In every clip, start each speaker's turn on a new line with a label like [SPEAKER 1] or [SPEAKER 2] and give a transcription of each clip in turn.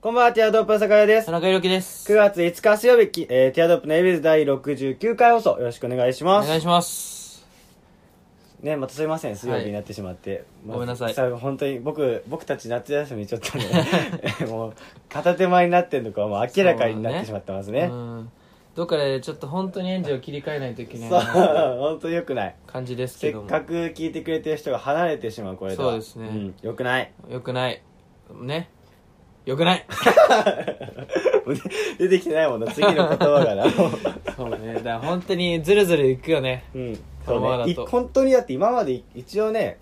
[SPEAKER 1] こんばんは、ティアドロップの坂井です
[SPEAKER 2] 田。中裕樹です
[SPEAKER 1] 9月5日水曜日、きえー、ティアドロップのエビーズ第69回放送、よろしくお願いし
[SPEAKER 2] お
[SPEAKER 1] ます。
[SPEAKER 2] 願いします
[SPEAKER 1] ね、またすいません、水曜日になってしまって。まあ
[SPEAKER 2] ごめんなさい
[SPEAKER 1] さ本当に僕、僕たち夏休みちょっとね、 もう、片手前になってんのかはもう明らかになってしまってます
[SPEAKER 2] う
[SPEAKER 1] ね。
[SPEAKER 2] んどっかでちょっと本当にエンジンを切り替えないといけ
[SPEAKER 1] そ
[SPEAKER 2] な
[SPEAKER 1] う、
[SPEAKER 2] いな
[SPEAKER 1] 本当に良くない。
[SPEAKER 2] 感じです
[SPEAKER 1] せ
[SPEAKER 2] け
[SPEAKER 1] っ
[SPEAKER 2] ども
[SPEAKER 1] かく聞いてくれてる人が離れてしまう、これでは。
[SPEAKER 2] そうですね
[SPEAKER 1] ん、良くない。
[SPEAKER 2] よくないねよくない
[SPEAKER 1] 出てきてないもの、次の言葉がな。
[SPEAKER 2] そうね だから本当にズルズルいくよね
[SPEAKER 1] うん、
[SPEAKER 2] こ
[SPEAKER 1] そ
[SPEAKER 2] のまま
[SPEAKER 1] う
[SPEAKER 2] だ
[SPEAKER 1] ね
[SPEAKER 2] と
[SPEAKER 1] い本当にだって今まで一応ね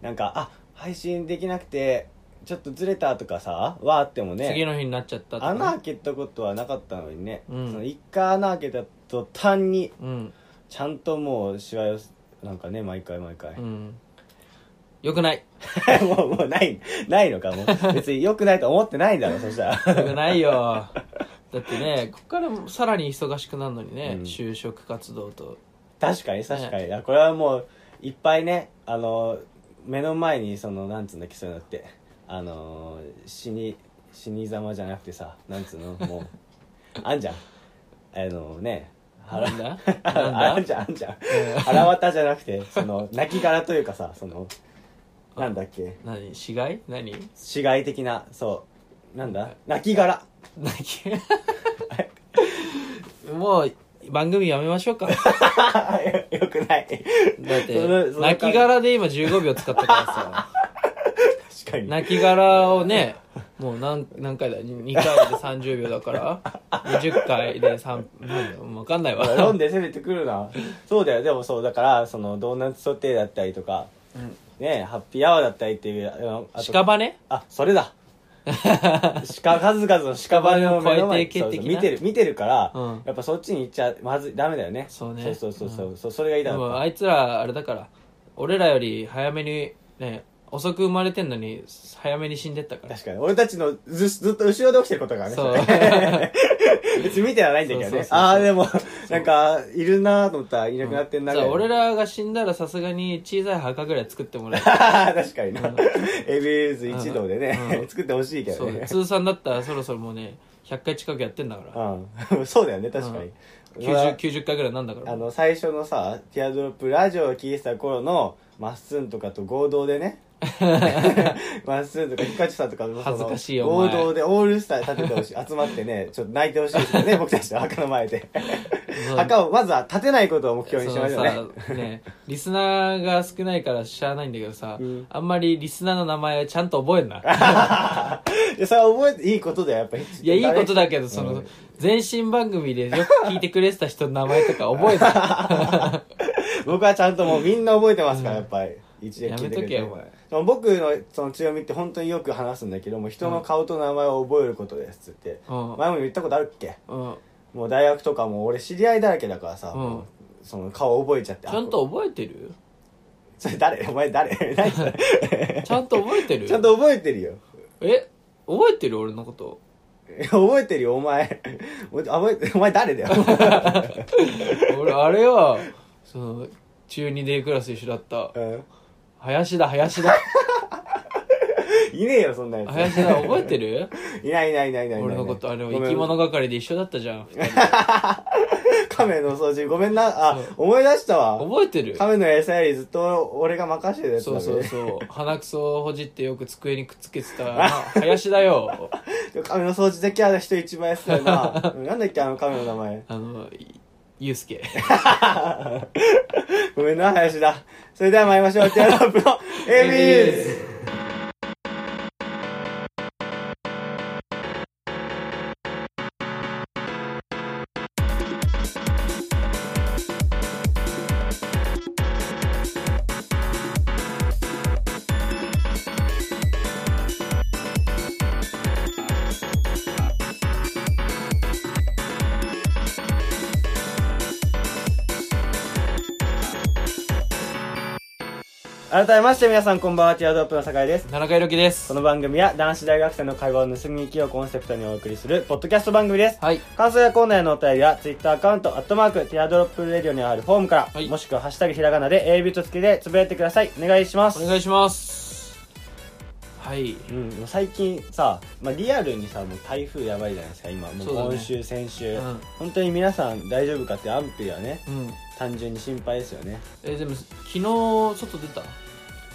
[SPEAKER 1] なんかあ配信できなくてちょっとずれたとかさはあっても
[SPEAKER 2] 次
[SPEAKER 1] ね
[SPEAKER 2] の日になっちゃったとかね
[SPEAKER 1] 穴開けたことはなかったのにね、
[SPEAKER 2] うん
[SPEAKER 1] その一回穴開けた途端に
[SPEAKER 2] うん
[SPEAKER 1] ちゃんともうしわ寄せなんかね毎回毎回
[SPEAKER 2] う、んよくない
[SPEAKER 1] もうもうないないのかもう別に良くないと思ってないんだろそしたら
[SPEAKER 2] よくな いよだってねここからもさらに忙しくなるのにね、
[SPEAKER 1] うん
[SPEAKER 2] 就職活動と
[SPEAKER 1] 確かに確かに、あこれはもういっぱいねあの目の前にそのなんつうんだっけそういうのってあの死に死にざまじゃなくてさなんつう のもうあんじゃんあのね腹
[SPEAKER 2] なんだ
[SPEAKER 1] あ
[SPEAKER 2] なん
[SPEAKER 1] あ
[SPEAKER 2] だ
[SPEAKER 1] んじゃんあんじゃん腹渡じゃなくてそ の亡きというかさそのなんだっけ
[SPEAKER 2] 何死骸何
[SPEAKER 1] 死骸的なそうなんだ亡き殻
[SPEAKER 2] 何 もう番組やめましょうか
[SPEAKER 1] よくない
[SPEAKER 2] だって
[SPEAKER 1] そのその
[SPEAKER 2] 泣き殻で今15秒使ったからさ
[SPEAKER 1] 確 かに
[SPEAKER 2] 泣き殻をねもう何何回だ2回で30秒だから20回で3分分かんない わ
[SPEAKER 1] 飲んで攻めてくるなそうだよでもそうだからそのドーナツソテーだったりとか、
[SPEAKER 2] うん
[SPEAKER 1] ねハッピーアワーだったりっていうあのあと
[SPEAKER 2] 屍
[SPEAKER 1] あそれだ鹿数々の屍の目の前
[SPEAKER 2] 超えていけ的な
[SPEAKER 1] そうそう見てる見てるから、
[SPEAKER 2] うん
[SPEAKER 1] やっぱそっちに行っちゃまずいダメだよね
[SPEAKER 2] そうね
[SPEAKER 1] そうそうそうそう、そうそれがいい
[SPEAKER 2] で
[SPEAKER 1] だろ
[SPEAKER 2] もあいつらあれだから俺らより早めにね遅く生まれてんのに早めに死んでったから
[SPEAKER 1] 確かに俺たちのずずっと後ろで起きてることがね
[SPEAKER 2] そう
[SPEAKER 1] 別に見てはないんだけど
[SPEAKER 2] そうそう
[SPEAKER 1] ね
[SPEAKER 2] そうそう
[SPEAKER 1] ああでもなんかいるなと思ったらいなくなってんな
[SPEAKER 2] じ
[SPEAKER 1] ぐ
[SPEAKER 2] ゃあ
[SPEAKER 1] らい
[SPEAKER 2] 俺らが死んだらさすがに小さい墓ぐらい作ってもらえる
[SPEAKER 1] 確かにな、エビユーズ一同でね、
[SPEAKER 2] うん
[SPEAKER 1] 作ってほしいけ
[SPEAKER 2] そ
[SPEAKER 1] ど
[SPEAKER 2] う
[SPEAKER 1] ね
[SPEAKER 2] 通算だったらそろそろもうね100回近くやってんだから
[SPEAKER 1] う、ん、 そうだよね確かに、俺は
[SPEAKER 2] 90, 90回ぐらいなんだから
[SPEAKER 1] あの最初のさ「ティアドロップラジオ」を聴いてた頃のまっすんとかと合同でね まっすんとかひかちさんとかのその
[SPEAKER 2] 恥ずかしいよお
[SPEAKER 1] 合
[SPEAKER 2] 前
[SPEAKER 1] 同でオールスター立ててほしい集まってねちょっと泣いてほしいです よね僕たちの墓の前で
[SPEAKER 2] そう
[SPEAKER 1] 墓をまずは立てないことを目
[SPEAKER 2] そ
[SPEAKER 1] 標にしま
[SPEAKER 2] の
[SPEAKER 1] しょうね
[SPEAKER 2] さねリスナーが少ないから知らないんだけどさ、
[SPEAKER 1] うん
[SPEAKER 2] あんまりリスナーの名前ちゃんと覚えんな
[SPEAKER 1] いやそれは覚えていいことだよやっぱり
[SPEAKER 2] いやいいことだけどその、前身番組でよく聞いてくれてた人の名前とか覚 えた
[SPEAKER 1] 僕はちゃんともうみんな覚えてますから、やっぱり。一年
[SPEAKER 2] や
[SPEAKER 1] 聞い
[SPEAKER 2] め
[SPEAKER 1] てく
[SPEAKER 2] と
[SPEAKER 1] れ
[SPEAKER 2] け
[SPEAKER 1] て
[SPEAKER 2] よお前
[SPEAKER 1] その僕のその強みって本当によく話すんだけども人の顔と名前を覚えることですっつって、
[SPEAKER 2] うん
[SPEAKER 1] 前も言ったことあるっけ
[SPEAKER 2] うん
[SPEAKER 1] もう大学とかも俺知り合いだらけだからさ、
[SPEAKER 2] うん
[SPEAKER 1] もうその顔覚えちゃって
[SPEAKER 2] ちゃん
[SPEAKER 1] あ
[SPEAKER 2] と覚えてる
[SPEAKER 1] それ誰お前誰何 それ
[SPEAKER 2] ちゃんと覚えて る
[SPEAKER 1] ちゃんと覚えてるよ
[SPEAKER 2] え覚えてる俺のこと
[SPEAKER 1] 覚えてるよお前お覚えてお前誰だよ
[SPEAKER 2] 俺あれはその中2でクラス一緒だった
[SPEAKER 1] うん
[SPEAKER 2] 林だ林だ
[SPEAKER 1] いねえよそんなや
[SPEAKER 2] 林だ覚えてる
[SPEAKER 1] ついないいないいないいないいない
[SPEAKER 2] 俺のことあの
[SPEAKER 1] ごめん
[SPEAKER 2] 生き物係で一緒だったじゃん二人
[SPEAKER 1] 亀の掃除ごめんなあ思い出したわ
[SPEAKER 2] 覚えてる
[SPEAKER 1] 亀の餌やりずっと俺が任してたやつだ
[SPEAKER 2] そ
[SPEAKER 1] ね
[SPEAKER 2] うそうそう鼻くそをほじってよく机にくっつけてたな林だよ
[SPEAKER 1] 亀の掃除だけは人一番やってたよ なうんなんだっけあの亀の名前
[SPEAKER 2] あのいゆうすけ
[SPEAKER 1] ごめんな林だそれでは参りましょうティアドロップ のエビーズ改めまして皆さんこんばんはティアドロップの酒井です
[SPEAKER 2] 田中裕樹です
[SPEAKER 1] この番組は男子大学生の会話を盗み聞きをコンセプトにお送りするポッドキャスト番組です
[SPEAKER 2] はい
[SPEAKER 1] 感想やコーナーへのお便りは Twitter アカウント「アットマークティアドロップレディオ」にあるフォームから、
[SPEAKER 2] はい
[SPEAKER 1] もしくは「ハッシュタグひらがな」で AB とつけてつぶやいてくださいお願いします
[SPEAKER 2] お願いしますははい
[SPEAKER 1] うん、最近さ、まあ、リアルにさもう台風やばいじゃないですか今も
[SPEAKER 2] そうだ
[SPEAKER 1] う
[SPEAKER 2] ね
[SPEAKER 1] 今週、先週、
[SPEAKER 2] うん
[SPEAKER 1] 本当に皆さん大丈夫かって安否はね
[SPEAKER 2] うん
[SPEAKER 1] 単純に心配ですよね
[SPEAKER 2] えでも昨日外出た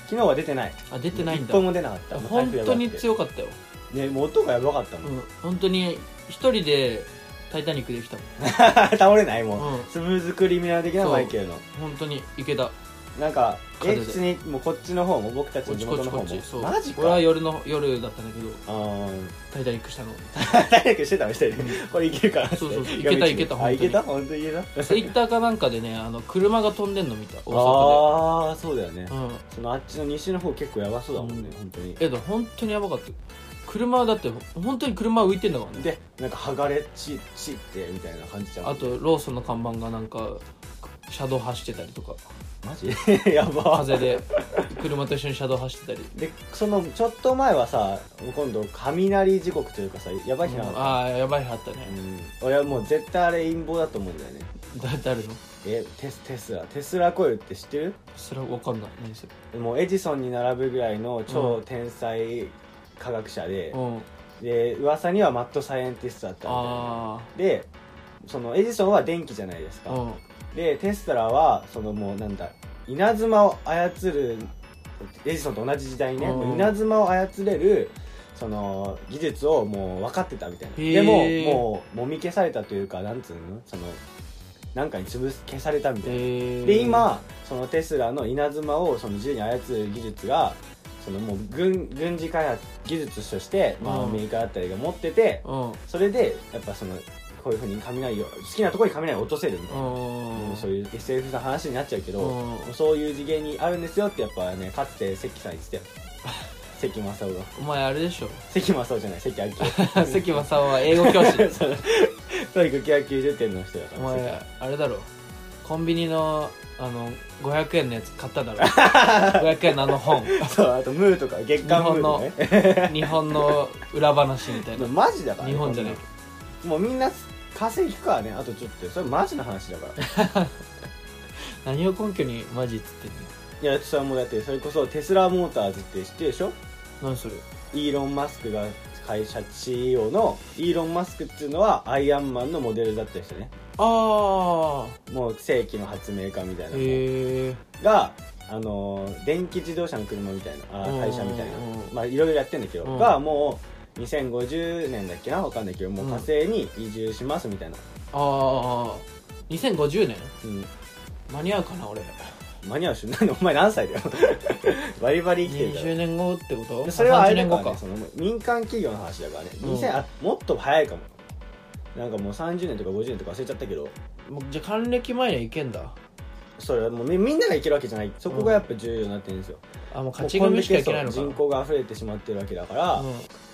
[SPEAKER 1] 昨日は出てない
[SPEAKER 2] あ出てないん
[SPEAKER 1] 一
[SPEAKER 2] だ
[SPEAKER 1] 本も出なかったもう台
[SPEAKER 2] 本
[SPEAKER 1] 風やば
[SPEAKER 2] 当
[SPEAKER 1] くて
[SPEAKER 2] に強かったよ、
[SPEAKER 1] ねもう音がやばかったも、
[SPEAKER 2] うんん、本当に一人で「タイタニック」できたもん
[SPEAKER 1] 倒れないもう、
[SPEAKER 2] うん
[SPEAKER 1] スムーズクリミナル的な
[SPEAKER 2] そう
[SPEAKER 1] マイケルの
[SPEAKER 2] 本当にいけた
[SPEAKER 1] なんかえ
[SPEAKER 2] 風で
[SPEAKER 1] 普通にもうこっちの方も僕たち
[SPEAKER 2] こ
[SPEAKER 1] の
[SPEAKER 2] っち
[SPEAKER 1] 地
[SPEAKER 2] こっ
[SPEAKER 1] 元
[SPEAKER 2] ち
[SPEAKER 1] の
[SPEAKER 2] こ
[SPEAKER 1] 方
[SPEAKER 2] っちそう
[SPEAKER 1] もマジか
[SPEAKER 2] 俺は夜の夜だったんだけど
[SPEAKER 1] あー
[SPEAKER 2] 「タイタニック」したの
[SPEAKER 1] 体力してたみたいでこれいけるから
[SPEAKER 2] そうそうそういけたいけた
[SPEAKER 1] あ
[SPEAKER 2] 本当に
[SPEAKER 1] いけた本当にいけた
[SPEAKER 2] ツイッターかなんか でねあの車が飛んでんの見た大
[SPEAKER 1] ああそうだよね、
[SPEAKER 2] 阪でうん
[SPEAKER 1] そのあっちの西の方結構やばそうだもんね、
[SPEAKER 2] うん
[SPEAKER 1] 本当に
[SPEAKER 2] えだから本当にやばかったよ車だって本当に車浮いてんだからね
[SPEAKER 1] でなんか剥がれちちってみたいな感じじゃん
[SPEAKER 2] あとローソンの看板がなんか車道走ってたりとか
[SPEAKER 1] マジやば
[SPEAKER 2] 風で車と一緒に車道走ってたり
[SPEAKER 1] でそのちょっと前はさ今度雷時刻というかさやばい日なかった、
[SPEAKER 2] ああやばい日あった
[SPEAKER 1] う
[SPEAKER 2] ね
[SPEAKER 1] ん俺はもう絶対あれ陰謀だと思うんだよね
[SPEAKER 2] だ誰の
[SPEAKER 1] えテステスラテスラコイルって知ってる
[SPEAKER 2] それは分かんない何それ
[SPEAKER 1] もうエジソンに並ぶぐらいの
[SPEAKER 2] う
[SPEAKER 1] 超
[SPEAKER 2] ん
[SPEAKER 1] 天才科学者で
[SPEAKER 2] う、ん
[SPEAKER 1] で噂にはマッドサイエンティストだったみたいな
[SPEAKER 2] あ
[SPEAKER 1] でそのエジソンは電気じゃないです
[SPEAKER 2] あ
[SPEAKER 1] か、
[SPEAKER 2] うん
[SPEAKER 1] でテスラはそのもうなんだ稲妻を操るエジソンと同じ時代にね、
[SPEAKER 2] うん
[SPEAKER 1] 稲妻を操れるその技術をもう分かってたみたいな
[SPEAKER 2] へー
[SPEAKER 1] でももうもみ消されたというかなんつうのそのなんかに潰す消されたみたいな、
[SPEAKER 2] えー
[SPEAKER 1] で今そのテスラの稲妻をその自由に操る技術がそのもう軍軍事開発技術として、まあ、
[SPEAKER 2] うん
[SPEAKER 1] アメリカだったりが持ってて、
[SPEAKER 2] うん
[SPEAKER 1] それでやっぱそのこういうふうに雷を好きなところに雷を落とせるみたいな、
[SPEAKER 2] う
[SPEAKER 1] うんんそういう SF の話になっちゃうけど、
[SPEAKER 2] うん
[SPEAKER 1] そういう次元にあるんですよってやっぱねかつて関さん言ってたよ 関正夫が
[SPEAKER 2] お前あれでしょ
[SPEAKER 1] 関正夫じゃない関明
[SPEAKER 2] 関正夫は英語教師
[SPEAKER 1] そうとにかく90点の人だか
[SPEAKER 2] お
[SPEAKER 1] ら
[SPEAKER 2] 前あれだろコンビニのあの500円のやつ買っ ただろ500円のあの本
[SPEAKER 1] 関そうあとムーとか月刊ムーとかね
[SPEAKER 2] 日本の裏話みたいな
[SPEAKER 1] マジだから、ね、
[SPEAKER 2] 日本じゃない
[SPEAKER 1] こんなのもうみんな稼ぎ引くからねあとちょっとそれマジの話だから
[SPEAKER 2] 何を根拠にマジっつってんの
[SPEAKER 1] いやそれはもうだってそれこそテスラモーターズって知ってるでしょ
[SPEAKER 2] 何それ
[SPEAKER 1] イーロン・マスクが会社 CEO のイーロン・マスクっていうのはアイアンマンのモデルだった人ね
[SPEAKER 2] ああ
[SPEAKER 1] もう世紀の発明家みたいなの
[SPEAKER 2] へえ
[SPEAKER 1] が、あのー電気自動車の車みたいなあ
[SPEAKER 2] うん
[SPEAKER 1] ー会社みたいな
[SPEAKER 2] うん
[SPEAKER 1] まあいろいろやってんだけど、
[SPEAKER 2] うん
[SPEAKER 1] がもう2050年だっけなわかんないけどもう火星に移住しますみたいな、
[SPEAKER 2] ああ2050年
[SPEAKER 1] うん、
[SPEAKER 2] 間に合うかな俺
[SPEAKER 1] 間に合う し何お前何歳だよバリバリ生きてるから
[SPEAKER 2] 20年後ってこと
[SPEAKER 1] でそれはあれだ
[SPEAKER 2] 30年後
[SPEAKER 1] から、ね
[SPEAKER 2] か、
[SPEAKER 1] その民間企業の話だからね、
[SPEAKER 2] うん
[SPEAKER 1] 2000あもっと早いかもなんかもう30年とか50年とか忘れちゃったけど
[SPEAKER 2] もうじゃあ還暦前にはいけんだ
[SPEAKER 1] それはもうみみんながいけるわけじゃないそこがやっぱ重要になってるんですよ、
[SPEAKER 2] あもう勝ち組しかいけないのか
[SPEAKER 1] 人口が溢れてしまってるわけだから、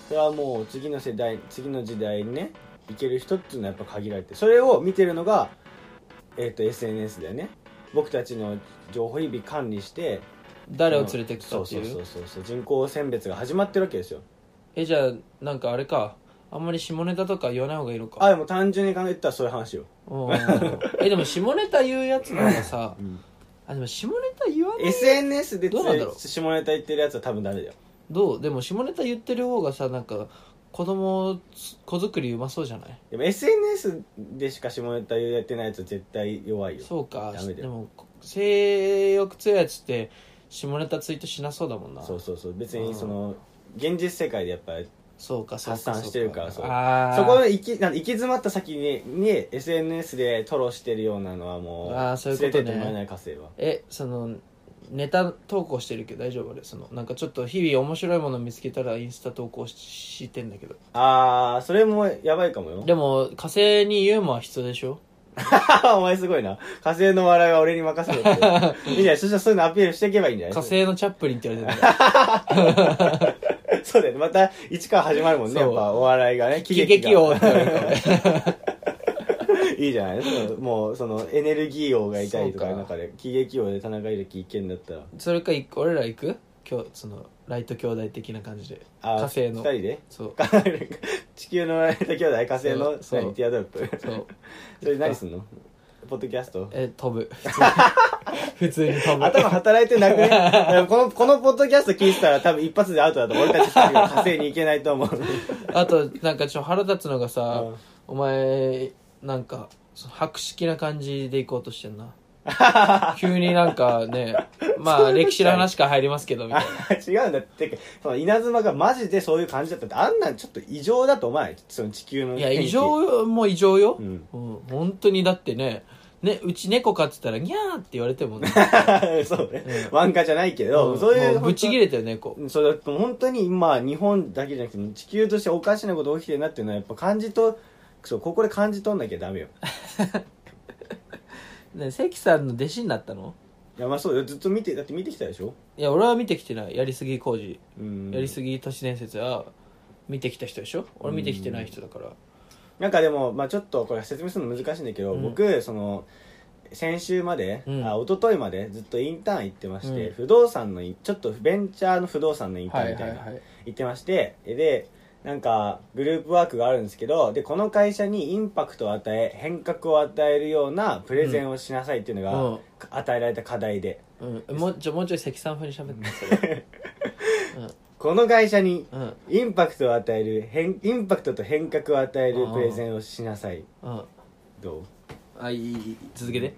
[SPEAKER 1] それはもう次の世代次の時代にねいける人っていうのはやっぱ限られてそれを見てるのが、えー、と SNS だよね僕たちの情報日々管理して
[SPEAKER 2] うん、誰を連れてくかって
[SPEAKER 1] そ
[SPEAKER 2] いうう
[SPEAKER 1] そうそうそうそう人口選別が始まってるわけですよ
[SPEAKER 2] えじゃあなんかあれかあんまり下ネタとか言わない方がいいのか
[SPEAKER 1] あでも単純に考えたらそういう話よ
[SPEAKER 2] うんえでも下ネタ言うやつならさ、
[SPEAKER 1] ん
[SPEAKER 2] あでも下ネタ言わない
[SPEAKER 1] SNS でつ
[SPEAKER 2] どうなんだろう
[SPEAKER 1] 下ネタ言ってるやつは多分ダメだよ
[SPEAKER 2] どうでも下ネタ言ってる方がさなんか子供つ子作りうまそうじゃない
[SPEAKER 1] でも SNS でしか下ネタやってないやつは絶対弱いよ
[SPEAKER 2] そうか
[SPEAKER 1] ダメだよ
[SPEAKER 2] でもこ性欲強いやつって下ネタツイートしなそうだもんな
[SPEAKER 1] そうそうそう別
[SPEAKER 2] う
[SPEAKER 1] に
[SPEAKER 2] ん
[SPEAKER 1] その現実世界でやっぱり
[SPEAKER 2] そうかそうか
[SPEAKER 1] 発散してるから
[SPEAKER 2] そ
[SPEAKER 1] そうう
[SPEAKER 2] かあー
[SPEAKER 1] そこで行きなんか行き詰まった先にに SNS でトロしてるようなのはもう
[SPEAKER 2] あーそういうことね
[SPEAKER 1] 連れてってもらえない火星は
[SPEAKER 2] えそのネタ投稿してるけど大丈夫俺そのなんかちょっと日々面白いもの見つけたらインスタ投稿ししてんだけど
[SPEAKER 1] ああそれもやばいかもよ
[SPEAKER 2] でも火星にユーモア必要でしょ
[SPEAKER 1] お前すごいな火星の笑いは俺に任せろって いいじゃんそしたらそういうのアピールしていけばいいんじゃない
[SPEAKER 2] 火星のチャップリンって言われてるん だよ
[SPEAKER 1] そうだよねまた一から始まるもんね
[SPEAKER 2] そ
[SPEAKER 1] や
[SPEAKER 2] う
[SPEAKER 1] っぱお笑いがね
[SPEAKER 2] 喜劇王って言われるから
[SPEAKER 1] いいじゃないそのもうそのエネルギー王がいたりとか
[SPEAKER 2] そう
[SPEAKER 1] の
[SPEAKER 2] か
[SPEAKER 1] 中で喜劇王で田中裕樹いけんだったら
[SPEAKER 2] それかい俺ら行く今日そのライト兄弟的な感じで
[SPEAKER 1] あー
[SPEAKER 2] 火星の
[SPEAKER 1] 二人で
[SPEAKER 2] そう
[SPEAKER 1] か地球の兄弟火星の
[SPEAKER 2] そう
[SPEAKER 1] 何ティアドロップ
[SPEAKER 2] そう
[SPEAKER 1] それ何すんのポッドキャスト
[SPEAKER 2] え 飛ぶ普通に飛ぶ
[SPEAKER 1] 頭働いてなくねだ からこのこのポッドキャスト聞いてたら多分一発でアウトだと思う俺たち二人は火星に行けないと 思う
[SPEAKER 2] あとなんかちょっと腹立つのがさ、
[SPEAKER 1] うん
[SPEAKER 2] お前なんかその博識な感じで行こうとして んな急になんかねまあ歴史の話から入りますけどみたいな
[SPEAKER 1] あ違うんだってかその稲妻がマジでそういう感じだったってあんなんちょっと異常だと思わないその地球の
[SPEAKER 2] いや
[SPEAKER 1] 天気
[SPEAKER 2] 異常も異常よ、
[SPEAKER 1] う
[SPEAKER 2] うんん本当にだってねねうち猫飼ってたらギャーって言われてもね、
[SPEAKER 1] そうね、
[SPEAKER 2] うん
[SPEAKER 1] ワンカじゃないけど、
[SPEAKER 2] ん
[SPEAKER 1] そういう
[SPEAKER 2] もぶち切
[SPEAKER 1] れ
[SPEAKER 2] れたよ猫
[SPEAKER 1] それ本当に今日本だけじゃなくて地球としておかしなことが起きてるなっていうのはやっぱ感じとそうここで感じ取んなきゃダメよ
[SPEAKER 2] ね関さんの弟子になったの
[SPEAKER 1] いやまあそうよずっと見てだって見てきたでしょ
[SPEAKER 2] いや俺は見てきてないやりすぎ工事
[SPEAKER 1] うん
[SPEAKER 2] やりすぎ都市伝説は見てきた人でしょ俺見てきてない人だから
[SPEAKER 1] なんかでも、まあ、ちょっとこれ説明するの難しいんだけど、
[SPEAKER 2] うん
[SPEAKER 1] 僕その先週まで、
[SPEAKER 2] うん
[SPEAKER 1] あ一昨日までずっとインターン行ってまして、
[SPEAKER 2] うん
[SPEAKER 1] 不動産のインちょっとベンチャーの不動産のインタ
[SPEAKER 2] は
[SPEAKER 1] ーン
[SPEAKER 2] い
[SPEAKER 1] みた
[SPEAKER 2] はいい
[SPEAKER 1] な、
[SPEAKER 2] はい
[SPEAKER 1] 行ってましてでなんかグループワークがあるんですけどでこの会社にインパクトを与え変革を与えるようなプレゼンをしなさいっていうのが、
[SPEAKER 2] うん
[SPEAKER 1] 与えられた課題で
[SPEAKER 2] うん、もうちょもうちょい関さん風に喋ってそれ
[SPEAKER 1] この会社に
[SPEAKER 2] うんうん
[SPEAKER 1] インパクトを与える変インパクトと変革を与えるプレゼンをしなさい
[SPEAKER 2] うん
[SPEAKER 1] どう
[SPEAKER 2] あいいいいいい続けて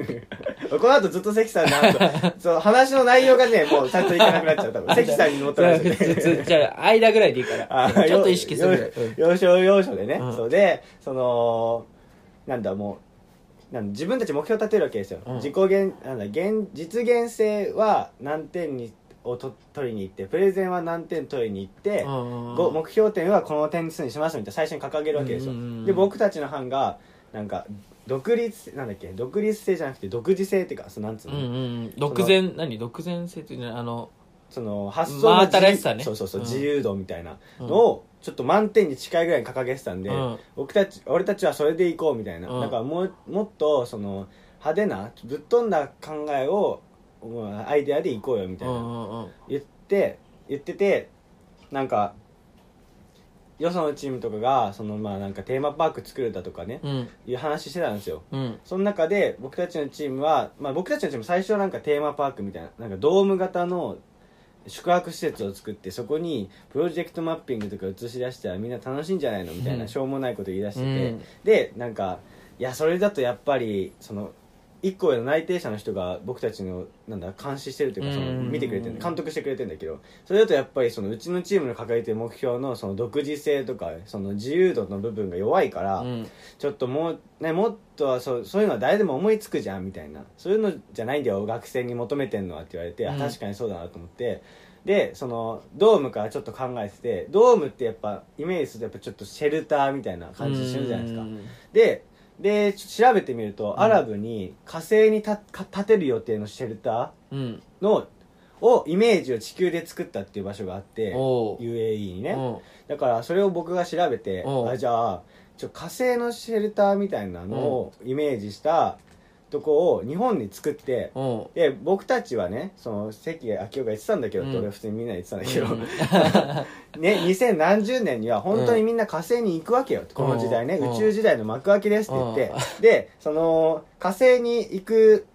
[SPEAKER 1] この後ずっと関さんの 後そう話の内容がねもうちゃんといかなくなっちゃう多分関さんに持ってられ
[SPEAKER 2] じゃあ普
[SPEAKER 1] て
[SPEAKER 2] 通普通じゃあ間ぐらいでいいから
[SPEAKER 1] あ
[SPEAKER 2] ちょっと意識するぐらい、
[SPEAKER 1] よ
[SPEAKER 2] うん
[SPEAKER 1] 要所要所でね、
[SPEAKER 2] うん
[SPEAKER 1] そうでそのなんだもうなん自分たち目標立てるわけですよ、
[SPEAKER 2] うん
[SPEAKER 1] 自己現なんだ現実現性は何点にをと取りに行ってプレゼンは何点取りに行って、
[SPEAKER 2] うん
[SPEAKER 1] ご目標点はこの点数にしますみたいな最初に掲げるわけですよ、
[SPEAKER 2] うんうんうん
[SPEAKER 1] で僕たちの班がなんか独立なんだっけ独立性じゃなくて独自性っていうかそのなんつう
[SPEAKER 2] う
[SPEAKER 1] の、
[SPEAKER 2] んうんうん独善何独善性っていうのはあの
[SPEAKER 1] その発想の
[SPEAKER 2] 真新しさね
[SPEAKER 1] そうそうそう、
[SPEAKER 2] うん
[SPEAKER 1] 自由度みたいなのをちょっと満点に近いぐらいに掲げてたんで、
[SPEAKER 2] うん
[SPEAKER 1] 僕たち俺たちはそれでいこうみたいな、
[SPEAKER 2] うん
[SPEAKER 1] だからもうもっとその派手なぶっ飛んだ考えをもうアイデアでいこうよみた
[SPEAKER 2] う
[SPEAKER 1] い
[SPEAKER 2] ん
[SPEAKER 1] な、
[SPEAKER 2] うんうん
[SPEAKER 1] 言って言っててなんかよそのチームとかがそのまあなんかテーマパーク作るだとかね、
[SPEAKER 2] うん
[SPEAKER 1] いう話してたんですよ
[SPEAKER 2] うん
[SPEAKER 1] その中で僕たちのチームは、まあ、僕たちのチーム最初はなんかテーマパークみたいななんかドーム型の宿泊施設を作ってそこにプロジェクトマッピングとか映し出したらみんな楽しいんじゃないのみたいな、
[SPEAKER 2] うん
[SPEAKER 1] しょうもないこと言い出してて、
[SPEAKER 2] うん
[SPEAKER 1] でなんかいやそれだとやっぱりその1個上の内定者の人が僕たちのなんだ監視してるというかその
[SPEAKER 2] うん
[SPEAKER 1] 見てくれてる監督してくれてるんだけどそれだとやっぱりそのうちのチームの掲げてる目標のその独自性とかその自由度の部分が弱いから、
[SPEAKER 2] うん
[SPEAKER 1] ちょっともう、ね、もっとはそうそういうのは誰でも思いつくじゃんみたいなそういうのじゃないんだよ学生に求めてんのはって言われて、あ
[SPEAKER 2] うん
[SPEAKER 1] 確かにそうだなと思ってでそのドームからちょっと考えててドームってやっぱイメージするとやっぱちょっとシェルターみたいな感じするじゃないですか
[SPEAKER 2] うん
[SPEAKER 1] ででちょ調べてみると、
[SPEAKER 2] ん
[SPEAKER 1] アラブに火星にたか建てる予定のシェルタ
[SPEAKER 2] うん
[SPEAKER 1] ーのをイメージを地球で作ったっていう場所があって
[SPEAKER 2] おう
[SPEAKER 1] UAE にね、
[SPEAKER 2] うん
[SPEAKER 1] だからそれを僕が調べて
[SPEAKER 2] うん
[SPEAKER 1] あじゃあちょ火星のシェルターみたいなのをイメージしたとこを日本に作って
[SPEAKER 2] うん
[SPEAKER 1] で僕たちはねその関明夫が言ってたんだけどって、
[SPEAKER 2] うん
[SPEAKER 1] 俺は普通にみんなに言ってたんだけど、ね2000何十年には本当にみんな火星に行くわけよ、この時代ね、
[SPEAKER 2] うん
[SPEAKER 1] 宇宙時代の幕開けですって言って、でその火星に行く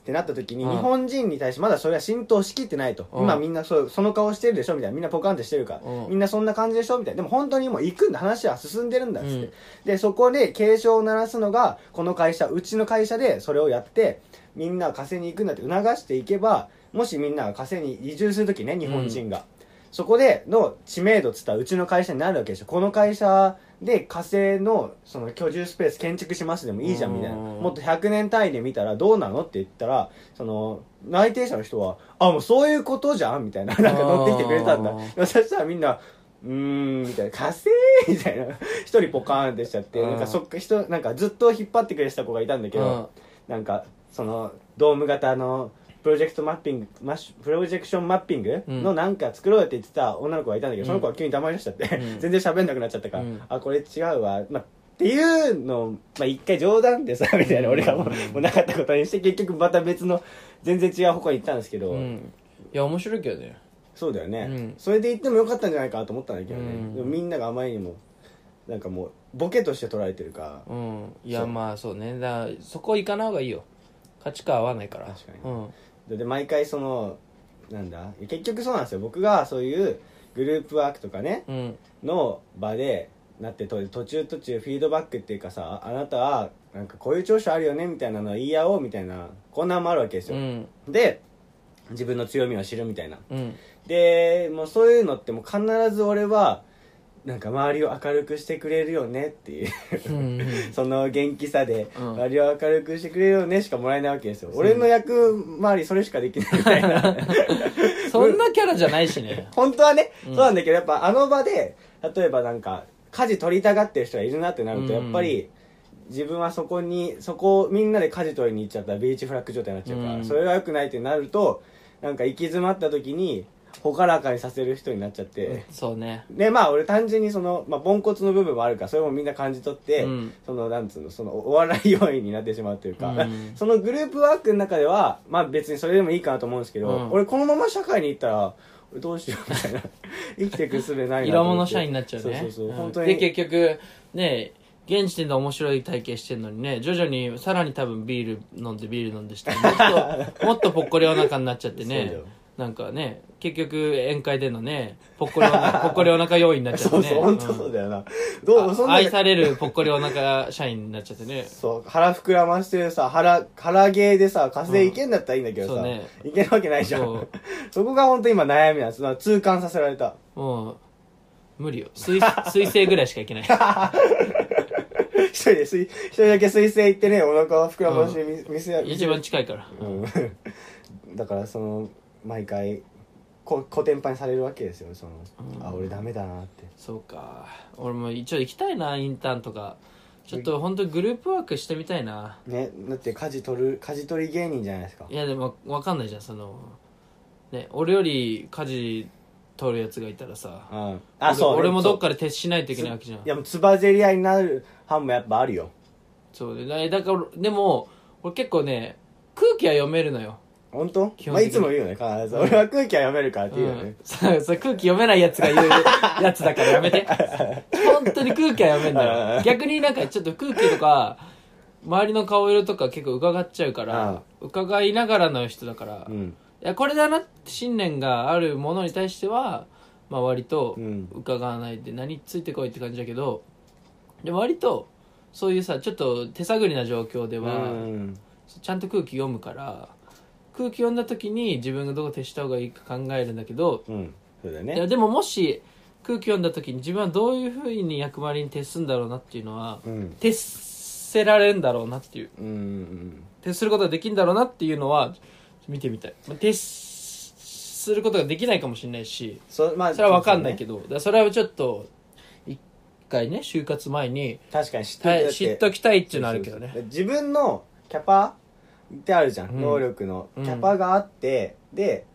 [SPEAKER 1] ってなった時に
[SPEAKER 2] うん
[SPEAKER 1] 日本人に対してまだそれは浸透しきってないと、
[SPEAKER 2] うん
[SPEAKER 1] 今みんなそうその顔してるでしょみたいなみんなポカンってしてるから、
[SPEAKER 2] うん
[SPEAKER 1] みんなそんな感じでしょみたいなでも本当にもう行くんだ話は進んでるんだっつって、
[SPEAKER 2] うん
[SPEAKER 1] でそこで警鐘を鳴らすのがこの会社うちの会社でそれをやってみんな火星に行くんだって促していけばもしみんなが火星に移住する時ね日本人が、そこでの知名度っつったらうちの会社になるわけでしょこの会社で火星のその居住スペース建築しますでもいいじゃんみたいな
[SPEAKER 2] うん
[SPEAKER 1] もっと100年単位で見たらどうなのって言ったらその内定者の人は「あもうそういうことじゃん」みたいな なんか乗ってきてくれたんだ
[SPEAKER 2] あー
[SPEAKER 1] でもそしたらみんな「うーん」みたいな「火星」みたいな 一人ポカーンってしちゃって
[SPEAKER 2] うん
[SPEAKER 1] なんかそっか人なんかずっと引っ張ってくれてた子がいたんだけどなんかそのドーム型のプロジェクトマッピングマッシュプロジェクションマッピング
[SPEAKER 2] うん
[SPEAKER 1] のなんか作ろうよって言ってた女の子がいたんだけど、
[SPEAKER 2] うん
[SPEAKER 1] その子が急に黙り出しちゃって、
[SPEAKER 2] うん
[SPEAKER 1] 全然喋んなくなっちゃったから、
[SPEAKER 2] うん
[SPEAKER 1] あこれ違うわ、まあ、っていうのをまあ、一回冗談でさみたいな俺がもう,、もうなかったことにして結局また別の全然違う方向に行ったんですけど、
[SPEAKER 2] うんいや面白いけどね
[SPEAKER 1] そうだよね、
[SPEAKER 2] うん
[SPEAKER 1] それで行ってもよかったんじゃないかと思ったんだけどね、
[SPEAKER 2] うん
[SPEAKER 1] でもみんながあまりにもなんかもうボケとして捉えてるから
[SPEAKER 2] うんいやまあそうねだからそこ行かない方がいいよ価値観合わないから
[SPEAKER 1] 確かに
[SPEAKER 2] うん
[SPEAKER 1] でで毎回そのなんだ結局そうなんですよ僕がそういうグループワークとかね
[SPEAKER 2] うん
[SPEAKER 1] の場でなってと途中途中フィードバックっていうかさあなたはなんかこういう長所あるよねみたいなのを言い合おうみたいなコーナーもあるわけです
[SPEAKER 2] う
[SPEAKER 1] よ、
[SPEAKER 2] ん
[SPEAKER 1] で自分の強みを知るみたいな
[SPEAKER 2] うん
[SPEAKER 1] でもうそういうのってもう必ず俺はなんか周りを明るくしてくれるよねっていう
[SPEAKER 2] うん
[SPEAKER 1] その元気さで
[SPEAKER 2] うん
[SPEAKER 1] 周りを明るくしてくれるよねしかもらえないわけですよ、俺の役周りそれしかできないみたい な
[SPEAKER 2] そんなキャラじゃない しね
[SPEAKER 1] 本当はね、
[SPEAKER 2] うん
[SPEAKER 1] そうなんだけどやっぱあの場で例えばなんか家事取りたがってる人がいるなってなると
[SPEAKER 2] う
[SPEAKER 1] や
[SPEAKER 2] ん
[SPEAKER 1] っぱり、自分はそこにそこをみんなで家事取りに行っちゃったらビーチフラッグ状態になっちゃうから、
[SPEAKER 2] うん
[SPEAKER 1] それは良くないってなるとなんか行き詰まった時に朗らかにさせる人になっちゃって、
[SPEAKER 2] そうね
[SPEAKER 1] でまあ俺単純にその、まあ、ポンコツの部分もあるからそれもみんな感じ取って、
[SPEAKER 2] うん
[SPEAKER 1] そのなんつうのそのお笑い要員になってしまうというか、
[SPEAKER 2] うん
[SPEAKER 1] そのグループワークの中ではまあ別にそれでもいいかなと思うんですけど、
[SPEAKER 2] うん
[SPEAKER 1] 俺このまま社会に行ったら俺どうしようみたいな 生きていく術ないなと思って
[SPEAKER 2] 色物社員になっちゃうね
[SPEAKER 1] そうそうそう、
[SPEAKER 2] ん
[SPEAKER 1] 本当
[SPEAKER 2] で
[SPEAKER 1] に
[SPEAKER 2] 結局ね現時点で面白い体験してるのにね徐々にさらに多分ビール飲んでビール飲んでしても っともっとぽっこりお腹になっちゃって
[SPEAKER 1] そうだ
[SPEAKER 2] ね
[SPEAKER 1] よ
[SPEAKER 2] なんかね結局宴会でのねぽっこり お腹ぽっこりお腹要員になっちゃって
[SPEAKER 1] そう
[SPEAKER 2] ね
[SPEAKER 1] そう本当そうだよな、どうそ
[SPEAKER 2] うんん
[SPEAKER 1] な
[SPEAKER 2] 愛されるぽっこりお腹社員になっちゃってね
[SPEAKER 1] そう腹膨らましてさ腹腹芸でさ稼いでいけんだったらいいんだけどさ、
[SPEAKER 2] うんそうね
[SPEAKER 1] いけるわけないじゃん
[SPEAKER 2] そ
[SPEAKER 1] そうこが本当今悩みなんですだから痛感させられた
[SPEAKER 2] もう無理よ水水星ぐらいしかい けない
[SPEAKER 1] 一人で水、一人だけ水星行ってね、お腹を膨らましてみ、見せ、見
[SPEAKER 2] 一
[SPEAKER 1] せ
[SPEAKER 2] 番近いから
[SPEAKER 1] うん。 だからその、毎回、こ、コテンパンにされるわけですよ、その、
[SPEAKER 2] うん
[SPEAKER 1] あ、俺ダメだなって。
[SPEAKER 2] そうか俺も一応行きたいなインターンとかちょっと本当グループワークしてみたいな
[SPEAKER 1] ね、だって家事取る、家事取り芸人じゃないですか
[SPEAKER 2] い。やでも分かんないじゃんそのね俺より家事取るやつがいたらさ
[SPEAKER 1] うん。あ、そうね、
[SPEAKER 2] 俺もどっ
[SPEAKER 1] か
[SPEAKER 2] かで徹しないといけないわけじゃん
[SPEAKER 1] いや、もうつばぜり合いになる班もやっぱあるよ。
[SPEAKER 2] そうでだだからでも俺結構ね空気は読めるのよ、
[SPEAKER 1] 本当
[SPEAKER 2] 基本的に
[SPEAKER 1] まあ、いつも言うよね、必ず。俺は空気は読めるからって
[SPEAKER 2] う
[SPEAKER 1] 言うよね
[SPEAKER 2] ん、。そうそう空気読めないやつが 言うやつだからやめて本当に空気は読めんだ
[SPEAKER 1] う
[SPEAKER 2] よ
[SPEAKER 1] ん
[SPEAKER 2] 逆になんかちょっと空気とか周りの顔色とか結構伺っちゃうから伺いながらの人だから、
[SPEAKER 1] うん。
[SPEAKER 2] いやこれだなって信念があるものに対しては、まあ、割と
[SPEAKER 1] うん
[SPEAKER 2] 伺わないで何ついてこいって感じだけどで割とそういうさちょっと手探りな状況で
[SPEAKER 1] う
[SPEAKER 2] は、
[SPEAKER 1] ん。
[SPEAKER 2] ちゃんと空気読むから空気読んだ時に自分がどう徹した方がいいか考えるんだけど
[SPEAKER 1] うん。そうだよ
[SPEAKER 2] いや
[SPEAKER 1] ね。
[SPEAKER 2] でももし空気読んだ時に自分はどういうふうに役割に徹すんだろうなっていうのは
[SPEAKER 1] うん。
[SPEAKER 2] 徹せられるんだろうなっていう
[SPEAKER 1] うんうん。
[SPEAKER 2] 徹することができるんだろうなっていうのは見てみたいまあ徹することができないかもしれないし
[SPEAKER 1] そまあ
[SPEAKER 2] それは分かんないけど、だからそれはちょっと一回ね就活前に
[SPEAKER 1] 確かに知っといてだっ
[SPEAKER 2] はい
[SPEAKER 1] て
[SPEAKER 2] 知っときたいっていうのはあるけど
[SPEAKER 1] そうそうそ
[SPEAKER 2] ね
[SPEAKER 1] う自分のキャパってあるじゃん、
[SPEAKER 2] うん
[SPEAKER 1] 能力の
[SPEAKER 2] う
[SPEAKER 1] キ
[SPEAKER 2] ん
[SPEAKER 1] ャパがあって、で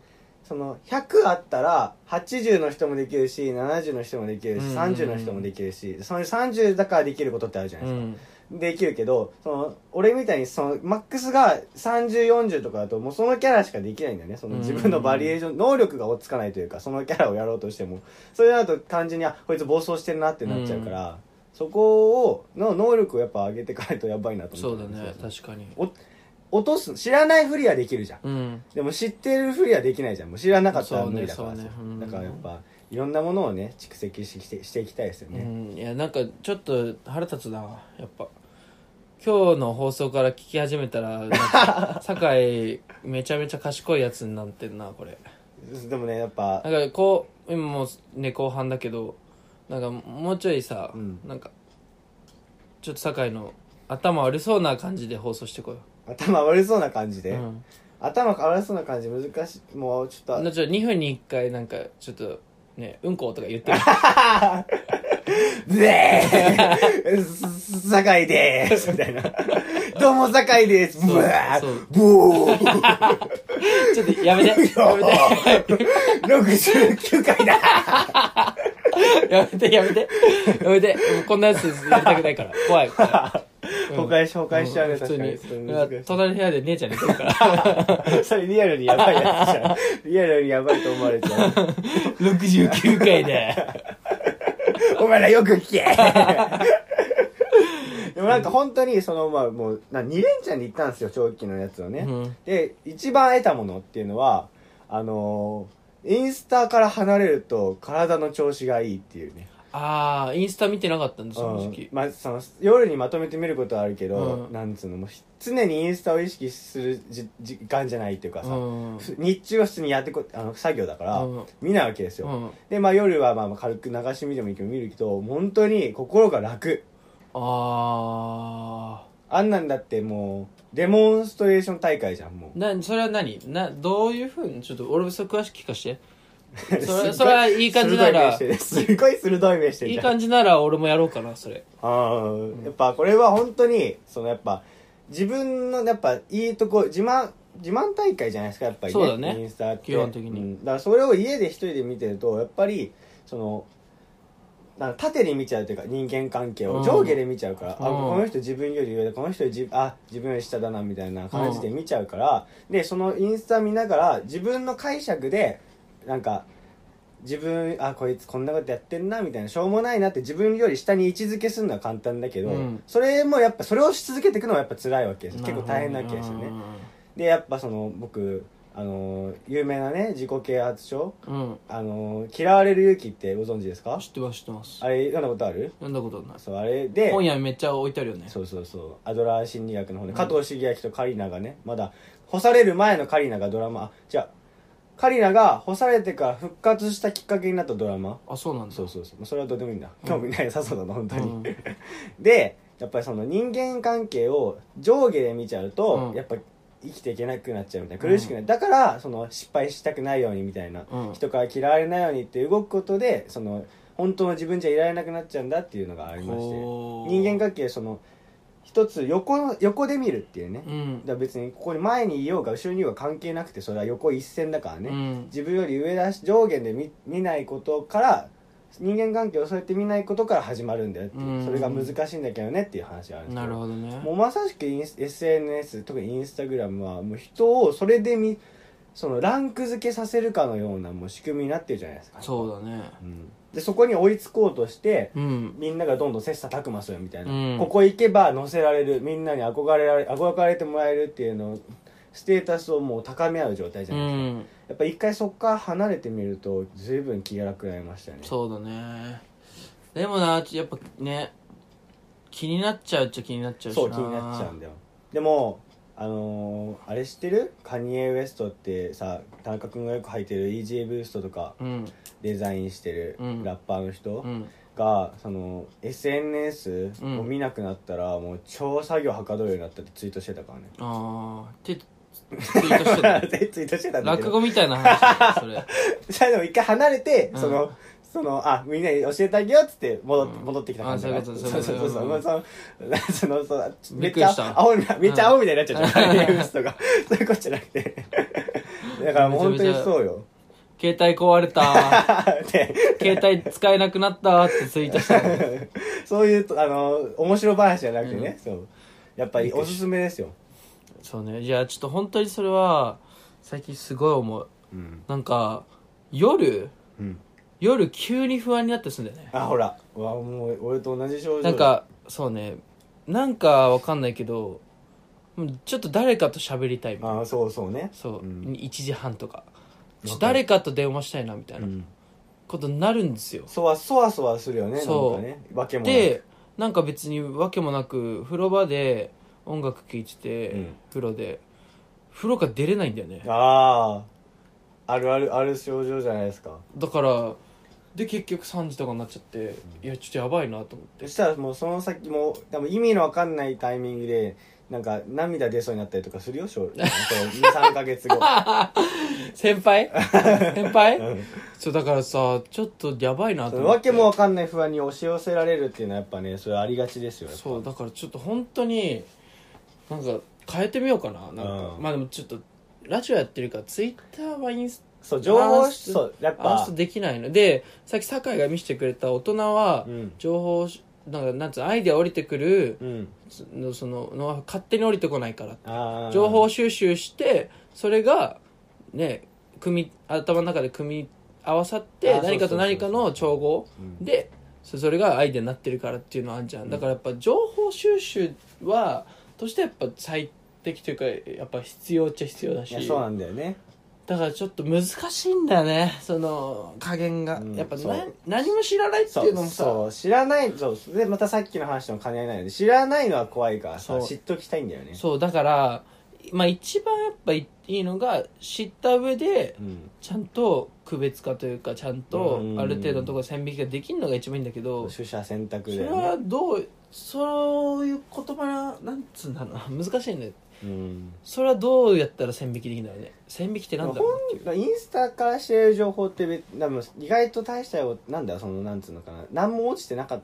[SPEAKER 1] その100あったら80の人もできるし70の人もできるし、
[SPEAKER 2] うん
[SPEAKER 1] 30の人もできるしその30だからできることってあるじゃないうですか、
[SPEAKER 2] ん
[SPEAKER 1] できるけどその俺みたいにそのマックスが3040とかだともうそのキャラしかできないんだよねその自分のバリエーション、能力が追っつかないというかそのキャラをやろうとしてもそれだと単純にあこいつ暴走してるなってなっちゃうから、そこをの能力をやっぱ上げていかないとやばいなと
[SPEAKER 2] そ
[SPEAKER 1] 思
[SPEAKER 2] うだね
[SPEAKER 1] そう
[SPEAKER 2] 確かに
[SPEAKER 1] 落とす知らないふりはできるじゃん
[SPEAKER 2] うん
[SPEAKER 1] でも知ってるふりはできないじゃんもう知らなかったら
[SPEAKER 2] そう
[SPEAKER 1] 無
[SPEAKER 2] ね
[SPEAKER 1] 理だからさ、
[SPEAKER 2] そうねうん
[SPEAKER 1] だからやっぱいろんなものをね蓄積ししてしていきたいですよ
[SPEAKER 2] う
[SPEAKER 1] ね、
[SPEAKER 2] んいやなんかちょっと腹立つなやっぱ今日の放送から聞き始めたらな んか酒井めちゃめちゃ賢いやつになってんなこれ
[SPEAKER 1] でもねやっぱ
[SPEAKER 2] なんかこう今もうね後半だけどなんかもうちょいさ、
[SPEAKER 1] うん
[SPEAKER 2] なんかちょっと酒井の頭悪そうな感じで放送してこよ
[SPEAKER 1] 頭悪そうな感じ
[SPEAKER 2] う、
[SPEAKER 1] で、
[SPEAKER 2] うん、
[SPEAKER 1] 頭変わらそうな感じ難しいもうちょっと
[SPEAKER 2] なちょっと2分に1回なんかちょっとねうんことか言ってる
[SPEAKER 1] でーす酒井でーすみたいなどうも酒井です
[SPEAKER 2] う
[SPEAKER 1] ブワ
[SPEAKER 2] そ
[SPEAKER 1] ー
[SPEAKER 2] う
[SPEAKER 1] ブー
[SPEAKER 2] ちょっとやめてやめて
[SPEAKER 1] 69回だ
[SPEAKER 2] やめてやめてやめてもうこんなやつやりたくないから怖い怖い
[SPEAKER 1] 崩壊し崩壊しちゃうね
[SPEAKER 2] ん普通
[SPEAKER 1] 確かに
[SPEAKER 2] に
[SPEAKER 1] それ
[SPEAKER 2] だから
[SPEAKER 1] 難し
[SPEAKER 2] 隣の部屋で姉ちゃん寝てるから
[SPEAKER 1] いそれリアルにやばいやつじゃん リアルにやばいと思われちゃう
[SPEAKER 2] 69回で
[SPEAKER 1] お前らよく聞け でもなんか本当にそのまあもうな2連チャンに行ったんですよ長期のやつをね、
[SPEAKER 2] うん
[SPEAKER 1] で一番得たものっていうのはあのーインスタから離れると体の調子がいいっていうね
[SPEAKER 2] ああインスタ見てなかったんですその時期
[SPEAKER 1] うんまあ、その夜にまとめて見ることはあるけど、
[SPEAKER 2] うん
[SPEAKER 1] なんつうのもうひ常にインスタを意識するじ時間じゃないっていうかさ、
[SPEAKER 2] うん
[SPEAKER 1] ふ日中は普通にやってこあの作業だから、
[SPEAKER 2] うん
[SPEAKER 1] 見ないわけですよ、
[SPEAKER 2] うん
[SPEAKER 1] で、まあ、夜はまあまあ軽く流してみてもいいけど見るけど本当に心が楽
[SPEAKER 2] あ
[SPEAKER 1] あんなんだってもうデモンストレーション大会じゃんも
[SPEAKER 2] あなそれは何などういうふうにちょっと俺もそれ詳しく聞かして
[SPEAKER 1] う
[SPEAKER 2] それそれはいい感じなら
[SPEAKER 1] すごい鋭い目してる
[SPEAKER 2] い
[SPEAKER 1] じ
[SPEAKER 2] い
[SPEAKER 1] ゃん
[SPEAKER 2] 感じなら俺もやろうかなそれ
[SPEAKER 1] うんやっぱこれは本当にそのやっぱ自分のやっぱいいとこ自慢自慢大会じゃないですかやっぱり
[SPEAKER 2] そうだね
[SPEAKER 1] インスタって
[SPEAKER 2] 基本的に
[SPEAKER 1] うんだからそれを家で一人で見てるとやっぱりそのなんか縦に見ちゃうというか人間関係
[SPEAKER 2] う
[SPEAKER 1] を
[SPEAKER 2] ん
[SPEAKER 1] 上下で見ちゃうから、あ
[SPEAKER 2] うん
[SPEAKER 1] この人自分より上でこの人自あ自分より下だなみたいな感じで見ちゃうから、でそのインスタ見ながら自分の解釈でなんか自分あこいつこんなことやってんなみたいなしょうもないなって自分より下に位置づけするのは簡単だけど、
[SPEAKER 2] うん
[SPEAKER 1] それもやっぱそれをし続けていくのはやっぱ辛いわけです
[SPEAKER 2] な
[SPEAKER 1] 結
[SPEAKER 2] るほ
[SPEAKER 1] 構
[SPEAKER 2] ど
[SPEAKER 1] 大変なわけですよ
[SPEAKER 2] う
[SPEAKER 1] ね
[SPEAKER 2] ん
[SPEAKER 1] でやっぱその僕あのー有名なね自己啓発書
[SPEAKER 2] うん
[SPEAKER 1] あのー嫌われる勇気ってご存知ですか
[SPEAKER 2] 知ってます知ってます
[SPEAKER 1] あれ読んだことある
[SPEAKER 2] 読んだことない
[SPEAKER 1] そうあれで
[SPEAKER 2] 本屋にめっちゃ置いてあるよね
[SPEAKER 1] そうそうそうアドラー心理学の方で、加藤茂明とカリナがねまだ干される前のカリナがドラマあじゃあカリナが干されてから復活したきっかけになったドラマ
[SPEAKER 2] あそうなんだ
[SPEAKER 1] そうそうそうまあそれはどうでもいいんだ興味ないさそうだな本当
[SPEAKER 2] う
[SPEAKER 1] に、
[SPEAKER 2] ん
[SPEAKER 1] でやっぱりその人間関係を上下で見ちゃうと、
[SPEAKER 2] うん
[SPEAKER 1] やっぱ生きていけなくなっちゃうみたいな苦しくなる、だからその失敗したくないようにみたいな、
[SPEAKER 2] うん
[SPEAKER 1] 人から嫌われないようにって動くことでその本当の自分じゃいられなくなっちゃうんだっていうのがありまして
[SPEAKER 2] ほう
[SPEAKER 1] 人間関係その一つ横の横で見るっていうね、
[SPEAKER 2] う
[SPEAKER 1] だから
[SPEAKER 2] ん
[SPEAKER 1] 別にここに前にいようが後ろにいようが関係なくてそれは横一線だからね、
[SPEAKER 2] うん
[SPEAKER 1] 自分より上だし上下で見見ないことから人間関係をそうやって見ないことから始まるんだよっていう
[SPEAKER 2] うん
[SPEAKER 1] それが難しいんだけどねっていう話があるんです
[SPEAKER 2] なる
[SPEAKER 1] ど
[SPEAKER 2] ほどね
[SPEAKER 1] もうまさしくインス SNS 特にインスタグラムはもう人をそれで見そのランク付けさせるかのようなもう仕組みになってるじゃないですか、
[SPEAKER 2] そううだね
[SPEAKER 1] うん、でそこに追いつこうとして
[SPEAKER 2] うん
[SPEAKER 1] みんながどんどん切磋琢磨するみたいな、
[SPEAKER 2] うん
[SPEAKER 1] ここ行けば乗せられるみんなに憧れられ憧れてもらえるっていうのをステータスをもう高め合う状態じ
[SPEAKER 2] う
[SPEAKER 1] ゃないですか、
[SPEAKER 2] ん
[SPEAKER 1] やっぱ一回そこから離れてみると随分気が楽になりましたね
[SPEAKER 2] そうだねでもなやっぱね気になっちゃうっちゃ気になっちゃうしな
[SPEAKER 1] そう気になっちゃうんだよでもあのーあれ知ってるカニエ・ウエストってさ田中君がよく履いてる e g ブーストとか
[SPEAKER 2] うん
[SPEAKER 1] デザインしてる
[SPEAKER 2] うん
[SPEAKER 1] ラッパーの人
[SPEAKER 2] うん
[SPEAKER 1] が、その SNS
[SPEAKER 2] うん
[SPEAKER 1] を見なくなったらもう超作業はかどるようになったってツイートしてたからね
[SPEAKER 2] ああってツイートしてた
[SPEAKER 1] ツイートしてたんだけ
[SPEAKER 2] 落
[SPEAKER 1] ど
[SPEAKER 2] 語みたいな話だよそれ
[SPEAKER 1] それでも一回離れて、
[SPEAKER 2] うん
[SPEAKER 1] そのそのあみんなに教えてあげようっつって戻って,、
[SPEAKER 2] うん
[SPEAKER 1] 戻ってきた感じだ
[SPEAKER 2] あ
[SPEAKER 1] ね
[SPEAKER 2] そ
[SPEAKER 1] そうう
[SPEAKER 2] いう
[SPEAKER 1] そ
[SPEAKER 2] こと
[SPEAKER 1] う
[SPEAKER 2] そ
[SPEAKER 1] そうそう
[SPEAKER 2] いうことうん
[SPEAKER 1] そのその その
[SPEAKER 2] び
[SPEAKER 1] め
[SPEAKER 2] っ
[SPEAKER 1] っ
[SPEAKER 2] く
[SPEAKER 1] ち
[SPEAKER 2] り
[SPEAKER 1] ゃ
[SPEAKER 2] した
[SPEAKER 1] 青みめっちゃ青みたいになっちゃった、
[SPEAKER 2] うん
[SPEAKER 1] カニエウエストが そういうことじゃなくてだからもう本当にそうよ
[SPEAKER 2] 携帯壊れた
[SPEAKER 1] で
[SPEAKER 2] 携帯使えなくなったってツイートしたの
[SPEAKER 1] そういうとあの面白話じゃなくてね、そうやっぱりおすすめですよ、
[SPEAKER 2] そうねじゃあちょっと本当にそれは最近すごい思う
[SPEAKER 1] うん
[SPEAKER 2] なんか夜
[SPEAKER 1] うん、
[SPEAKER 2] 夜急に不安になったりするんだよね
[SPEAKER 1] あほらうわもう俺と同じ症状
[SPEAKER 2] なんかそうねなんかわかんないけどうんちょっと誰かと喋りたいみたいな
[SPEAKER 1] あそうそうね
[SPEAKER 2] そう、
[SPEAKER 1] うん
[SPEAKER 2] 1時半とかちょ
[SPEAKER 1] わかる
[SPEAKER 2] 誰かと電話したいなみたいな
[SPEAKER 1] うん
[SPEAKER 2] ことになるんですよ、
[SPEAKER 1] そわそわそわするよねなん
[SPEAKER 2] そう
[SPEAKER 1] かねわけもなく
[SPEAKER 2] でなんか別に訳もなく風呂場で音楽聴いてて、
[SPEAKER 1] うん
[SPEAKER 2] 風呂で風呂から出れないんだよね
[SPEAKER 1] あああるあるある症状じゃないですか
[SPEAKER 2] だからで結局3時とかになっちゃって、いやちょっとやばいなと思って
[SPEAKER 1] そしたらもうその先も多分意味のわかんないタイミングでなんか涙出そうになったりとかするよ23ヶ 月後
[SPEAKER 2] 先輩 先輩、
[SPEAKER 1] うん
[SPEAKER 2] そうだからさちょっとやばいな
[SPEAKER 1] そ
[SPEAKER 2] と
[SPEAKER 1] の
[SPEAKER 2] 思
[SPEAKER 1] わ
[SPEAKER 2] って
[SPEAKER 1] けもわかんない不安に押し寄せられるっていうのはやっぱねそれありがちですよやっぱ
[SPEAKER 2] そうだからちょっと本当になんか変えてみようかななんか、
[SPEAKER 1] うん
[SPEAKER 2] まあでもちょっとラジオやってるからツイッターはインス
[SPEAKER 1] そう情報
[SPEAKER 2] あー
[SPEAKER 1] しそうやっ
[SPEAKER 2] タアー
[SPEAKER 1] ぱ
[SPEAKER 2] ストできないのでさっき酒井が見せてくれた大人は
[SPEAKER 1] うん
[SPEAKER 2] 情報しなんかなんつうのアイデア降りてくる
[SPEAKER 1] うん
[SPEAKER 2] そのそののは勝手に降りてこないから
[SPEAKER 1] あー
[SPEAKER 2] 情報収集してそれがね組み頭の中で組み合わさって
[SPEAKER 1] あそうそう
[SPEAKER 2] 何かと何かの調合
[SPEAKER 1] うん
[SPEAKER 2] でそそれがアイデアになってるからっていうのはあんじゃん、だからやっぱ情報収集はとしてはやっぱ最適というかやっぱ必要っちゃ必要だ
[SPEAKER 1] い
[SPEAKER 2] し
[SPEAKER 1] やそうなんだよね
[SPEAKER 2] だからちょっと難しいんだよねその加減が、
[SPEAKER 1] うん
[SPEAKER 2] やっぱ
[SPEAKER 1] そ
[SPEAKER 2] な
[SPEAKER 1] う
[SPEAKER 2] 何も知らないって
[SPEAKER 1] そ
[SPEAKER 2] いう
[SPEAKER 1] う
[SPEAKER 2] のもさ
[SPEAKER 1] そう知らないそうでまたさっきの話とも兼ね合いないので知らないのは怖いからさ
[SPEAKER 2] そう
[SPEAKER 1] 知っときたいんだよね
[SPEAKER 2] そうだからまあ一番やっぱいいのが知った上で
[SPEAKER 1] うん
[SPEAKER 2] ちゃんと区別化というかちゃんと
[SPEAKER 1] うん
[SPEAKER 2] ある程度のところ線引きができるのが一番いいんだけど、
[SPEAKER 1] 取捨選択
[SPEAKER 2] そ
[SPEAKER 1] だ
[SPEAKER 2] れ
[SPEAKER 1] よね
[SPEAKER 2] はどうそういう言葉ななんつうんだろうな難しいね
[SPEAKER 1] うん
[SPEAKER 2] それはどうやったら線引きできないね線引きってなんだろうっていう
[SPEAKER 1] インスタからしてる情報って別でも意外と大したよなんだよそのなんつうのかな何も落ちてなかっ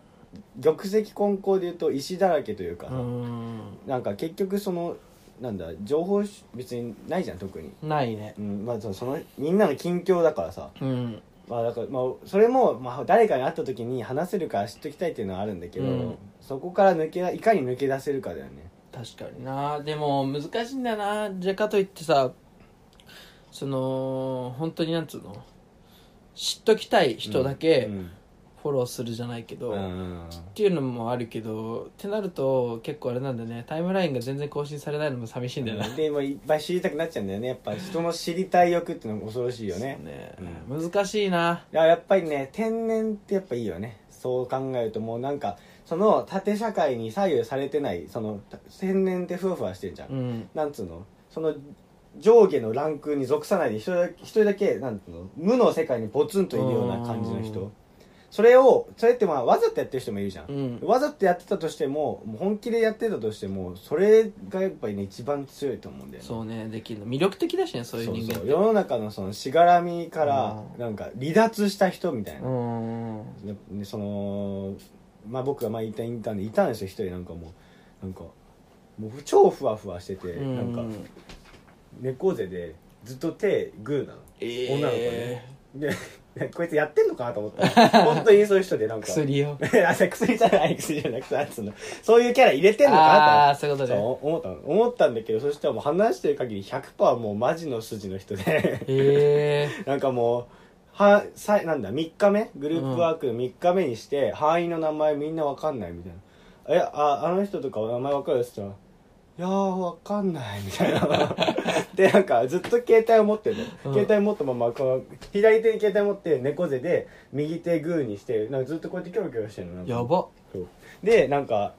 [SPEAKER 1] た玉石混交でいうと石だらけというか、
[SPEAKER 2] うー
[SPEAKER 1] なんか結局そのなんだ情報し別にないじゃん特に、
[SPEAKER 2] んないね
[SPEAKER 1] うんまあ、そのそのみんなの近況だからさ、
[SPEAKER 2] うん
[SPEAKER 1] まあだからまあ、それも、まあ、誰かに会った時に話せるから知っときたいっていうのはあるんだけど、
[SPEAKER 2] うん
[SPEAKER 1] そこから抜けだいかに抜け出せるかだよね
[SPEAKER 2] 確かになでも難しいんだよなじゃあかといってさその本当になんつうの知っときたい人だけ
[SPEAKER 1] うん
[SPEAKER 2] フォローするじゃないけど、
[SPEAKER 1] う
[SPEAKER 2] っ
[SPEAKER 1] ん
[SPEAKER 2] ていうのもあるけどってなると結構あれなんだよねタイムラインが全然更新されないのも寂しいんだよな、
[SPEAKER 1] でもいっぱい知りたくなっちゃうんだよねやっぱ人の知りたい欲っていうのも恐ろしいよね
[SPEAKER 2] ね
[SPEAKER 1] う
[SPEAKER 2] 難しいない
[SPEAKER 1] ややっぱりね天然ってやっぱいいよねそう考えるともうなんかその縦社会に左右されてないそのた天然ってふわふわしてるじゃん、
[SPEAKER 2] うん
[SPEAKER 1] なんつうのその上下のランクに属さないで一人だ一人だけなんつうの無の世界にポツンといるような感じの
[SPEAKER 2] う
[SPEAKER 1] 人
[SPEAKER 2] ん
[SPEAKER 1] それをそれってまあわざとやってる人もいるじゃん
[SPEAKER 2] う、ん
[SPEAKER 1] わざとやってたとしてももう本気でやってたとしてもそれがやっぱりね一番強いと思うんだよね
[SPEAKER 2] そうねできるの魅力的だしねそういう
[SPEAKER 1] そ
[SPEAKER 2] 人間
[SPEAKER 1] う
[SPEAKER 2] っ
[SPEAKER 1] そう
[SPEAKER 2] て
[SPEAKER 1] 世の中のそのしがらみから
[SPEAKER 2] うん
[SPEAKER 1] なんか離脱した人みたいな、
[SPEAKER 2] うん
[SPEAKER 1] ねそのまあ僕が前いたインターンでいたんですよ一人なんかもうなんかもう超ふわふわしてて、
[SPEAKER 2] うん
[SPEAKER 1] なんか猫背でずっと手グーなの
[SPEAKER 2] ええ
[SPEAKER 1] 女の子ねで こいつやってんのかなと思った本当にそういう人でなんか
[SPEAKER 2] 薬を
[SPEAKER 1] あ薬じゃない薬じゃなくてなんつうのそういうキャラ入れてんのか
[SPEAKER 2] あ
[SPEAKER 1] な
[SPEAKER 2] あそういうこと
[SPEAKER 1] と
[SPEAKER 2] ね
[SPEAKER 1] そう思ったの思ったんだけどそしたらもう話してる限り100%もうマジの筋の人で
[SPEAKER 2] え
[SPEAKER 1] なんかもうはさなんだ3日目グループワークの3日目にして、範囲の名前みんなわかんないみたいな「えああの人とかお名前わかる?」っつったら「いやーわかんない」みたい なでなんかずっと携帯を持ってる、
[SPEAKER 2] うん
[SPEAKER 1] 携帯持ったままこう左手に携帯持って猫背で右手グーにしてなんかずっとこうやってキョロキョロしてるのなん
[SPEAKER 2] え
[SPEAKER 1] か
[SPEAKER 2] やば
[SPEAKER 1] そうでなんか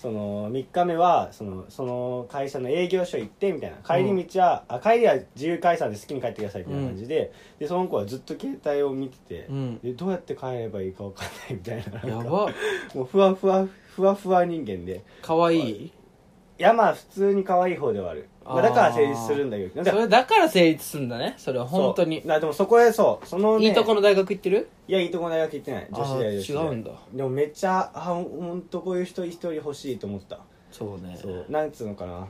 [SPEAKER 1] その3日目はそのその会社の営業所行ってみたいな帰り道は、あ帰りは自由解散で好きに帰ってくださいみたいな感じで,、でその子はずっと携帯を見てて、
[SPEAKER 2] うん
[SPEAKER 1] でどうやって帰ればいいか分かんないみたいな
[SPEAKER 2] や
[SPEAKER 1] なんか
[SPEAKER 2] ば
[SPEAKER 1] もうふわふわふわふわ人間で
[SPEAKER 2] かわいい
[SPEAKER 1] いやまあ普通に可愛い方ではあるまあ、
[SPEAKER 2] あー
[SPEAKER 1] だから成立するんだけどだ
[SPEAKER 2] そ
[SPEAKER 1] から
[SPEAKER 2] れだから成立するんだねそれは本当に
[SPEAKER 1] そうだでもそこへそうその、ね、
[SPEAKER 2] いいとこの大学行ってる
[SPEAKER 1] いやいいとこ大学行ってない女子
[SPEAKER 2] あ
[SPEAKER 1] 大
[SPEAKER 2] ー
[SPEAKER 1] 女子大
[SPEAKER 2] 違うんだ
[SPEAKER 1] でもめっちゃあほんほんとこういう人一人欲しいと思った
[SPEAKER 2] そうね
[SPEAKER 1] そう なんつうのかな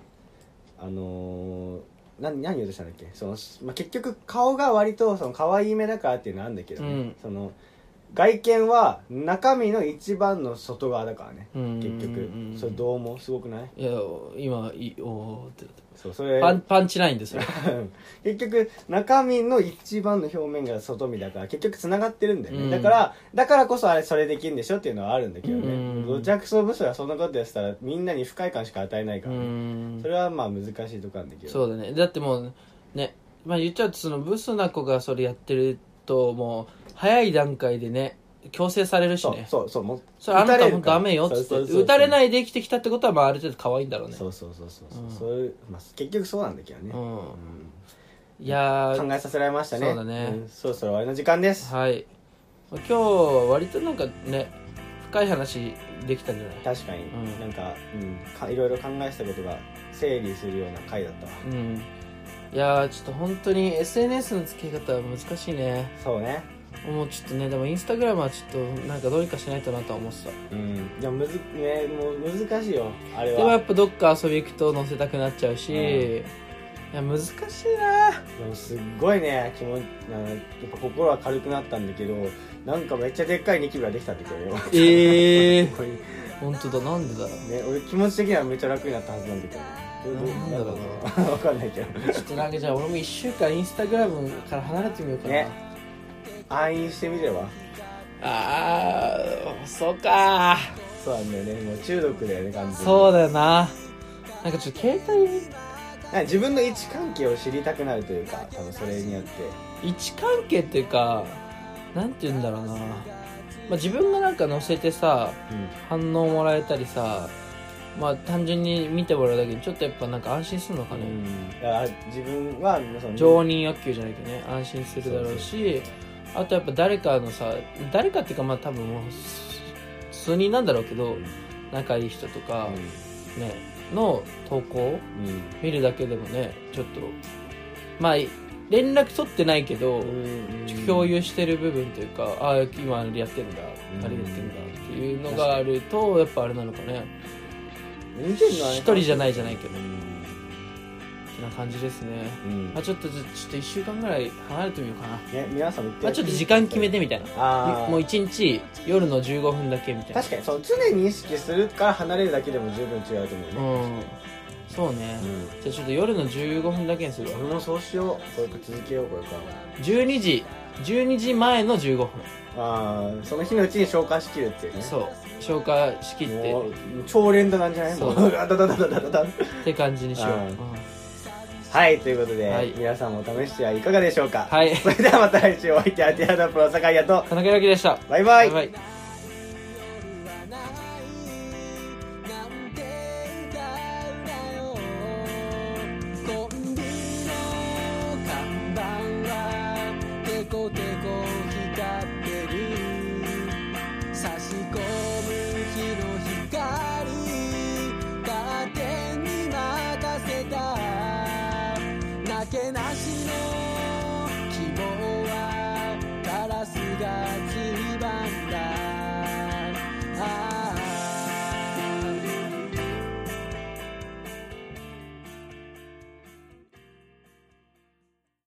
[SPEAKER 1] あのー、な何言おうとしたんだっけその、まあ、結局顔が割とその可愛い目だからっていうのはあるんだけどね、
[SPEAKER 2] うん
[SPEAKER 1] その外見は中身の一番の外側だからね
[SPEAKER 2] うん
[SPEAKER 1] 結
[SPEAKER 2] う
[SPEAKER 1] 局
[SPEAKER 2] ん
[SPEAKER 1] それどう思うすごくない
[SPEAKER 2] いや今いいおーってなった
[SPEAKER 1] そうそれ
[SPEAKER 2] パンパンチラインですよ
[SPEAKER 1] 結局中身の一番の表面が外身だから結局つながってるんだよね、
[SPEAKER 2] うん
[SPEAKER 1] だからだからこそあれそれできるんでしょっていうのはあるんだけどね、
[SPEAKER 2] うん
[SPEAKER 1] どちゃくそ部署がそんなことやってたらみんなに不快感しか与えないか
[SPEAKER 2] う
[SPEAKER 1] らね、
[SPEAKER 2] ん
[SPEAKER 1] それはまあ難しいとこなんだけど
[SPEAKER 2] そうだねだってもうねまあ言っちゃうとそのブスな子がそれやってるともう早い段階でね強制されるし
[SPEAKER 1] そう
[SPEAKER 2] ね
[SPEAKER 1] そうそうもう
[SPEAKER 2] それあな
[SPEAKER 1] 打たれ
[SPEAKER 2] た
[SPEAKER 1] る
[SPEAKER 2] もう
[SPEAKER 1] から
[SPEAKER 2] ダメよっつっ
[SPEAKER 1] そうそう
[SPEAKER 2] て
[SPEAKER 1] そう
[SPEAKER 2] 打たれないで生きてきたってことはまあある程度可愛いんだろうね
[SPEAKER 1] そうそうそうそうそう
[SPEAKER 2] うん
[SPEAKER 1] そういうまあ結局そうなんだけどね、
[SPEAKER 2] う
[SPEAKER 1] うんん
[SPEAKER 2] いやー
[SPEAKER 1] 考えさせられましたね
[SPEAKER 2] そうだね
[SPEAKER 1] んそろそろ終わりの時間です
[SPEAKER 2] はいまあ今日割となんかね深い話できたんじゃない
[SPEAKER 1] 確かに、
[SPEAKER 2] うん
[SPEAKER 1] なんか,、うん、かいろいろ考えてたことが整理するような回だったわ
[SPEAKER 2] うんいやーちょっと本当に SNS の付け方は難しいね
[SPEAKER 1] そうね
[SPEAKER 2] もうちょっとねでもインスタグラムはちょっとなんかどうにかしないとなとは思ってた
[SPEAKER 1] うんでもむず、ね、もう難しいよあれ
[SPEAKER 2] でもや
[SPEAKER 1] は
[SPEAKER 2] っぱどっか遊び行くと載せたくなっちゃうし、
[SPEAKER 1] うん
[SPEAKER 2] いや難しいな
[SPEAKER 1] でもすっごいね気持ちあのやっぱ心は軽くなったんだけどなんかめっちゃでっかいニキビができたんだけどよ
[SPEAKER 2] ええ
[SPEAKER 1] こ れね
[SPEAKER 2] 本当だなんでだろ
[SPEAKER 1] 俺気持ち的にはめっちゃ楽になったはずなんだけどどう
[SPEAKER 2] なんだろう
[SPEAKER 1] どう わかんないけど
[SPEAKER 2] うちょっとなんかじゃあ俺も1週間インスタグラムから離れてみようかな、
[SPEAKER 1] ね暗飲してみれば
[SPEAKER 2] ああそうか
[SPEAKER 1] そうなんだよねもう中毒だよね完全に
[SPEAKER 2] そうだよななんかちょっと携帯
[SPEAKER 1] なんか自分の位置関係を知りたくなるというか多分それによって
[SPEAKER 2] 位置関係っていうかなんて言うんだろうな、まあ、自分がなんか載せてさ
[SPEAKER 1] うん
[SPEAKER 2] 反応もらえたりさまあ単純に見てもらうだけでちょっとやっぱなんか安心するのかね、
[SPEAKER 1] だから自分はその
[SPEAKER 2] 常任欲求じゃないけどね安心するだろうしあとやっぱ誰かのさ誰かっていうかまあ多分もうす数人なんだろうけど仲いい人とか、ねの投稿
[SPEAKER 1] うんうん
[SPEAKER 2] 見るだけでもねちょっとまあ連絡取ってないけど、共有してる部分というかああ今あれやってんだ、
[SPEAKER 1] うん
[SPEAKER 2] あれやってんだっていうのがあるとやっぱあれなのかね
[SPEAKER 1] 見てんのあれ
[SPEAKER 2] 一人じゃないじゃないけど
[SPEAKER 1] う
[SPEAKER 2] な感じですね、
[SPEAKER 1] んうん
[SPEAKER 2] まあ、ちょっとじゃちょっと1週間ぐらい離れてみようかな、
[SPEAKER 1] ね皆さんも言って
[SPEAKER 2] まあ、ちょっと時間決めてみたいな
[SPEAKER 1] あー
[SPEAKER 2] もう1日夜の15分だけみたいな
[SPEAKER 1] 確かにその常に意識するから離れるだけでも十分違うと思うね
[SPEAKER 2] うんそうね、じゃあちょっと夜の15分だけにするわ
[SPEAKER 1] 俺もそうしようこれから続けようこれからも
[SPEAKER 2] 12時12時前の15分
[SPEAKER 1] ああその日のうちに消化しきるっていうね
[SPEAKER 2] そう消化しきって
[SPEAKER 1] もう
[SPEAKER 2] っ
[SPEAKER 1] 超連打なんじゃない
[SPEAKER 2] そう
[SPEAKER 1] もうダダダダダダダ
[SPEAKER 2] て感じにしよう、
[SPEAKER 1] うん
[SPEAKER 2] うん
[SPEAKER 1] はいということで、
[SPEAKER 2] はい
[SPEAKER 1] 皆さんも試してはいかがでしょうか、
[SPEAKER 2] はい
[SPEAKER 1] それではまた来週お相手はティアダプロ酒屋と
[SPEAKER 2] 田中裕樹でした
[SPEAKER 1] バイバイ
[SPEAKER 2] バイバイ